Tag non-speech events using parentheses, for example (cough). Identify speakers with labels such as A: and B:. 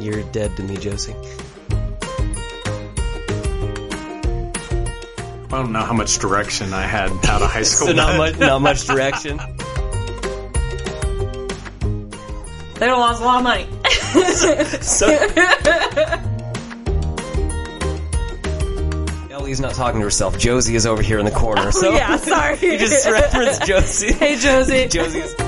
A: You're dead to me, Josie.
B: I don't know how much direction I had out of high school.
A: So not much, not much direction.
C: They would have lost a lot of money. (laughs)
A: So Ellie's not talking to (laughs) herself. Josie is over here in the corner. So
C: (laughs) yeah, sorry. (laughs)
A: you just reference Josie.
C: hey, (laughs) Josie.
A: Josie's.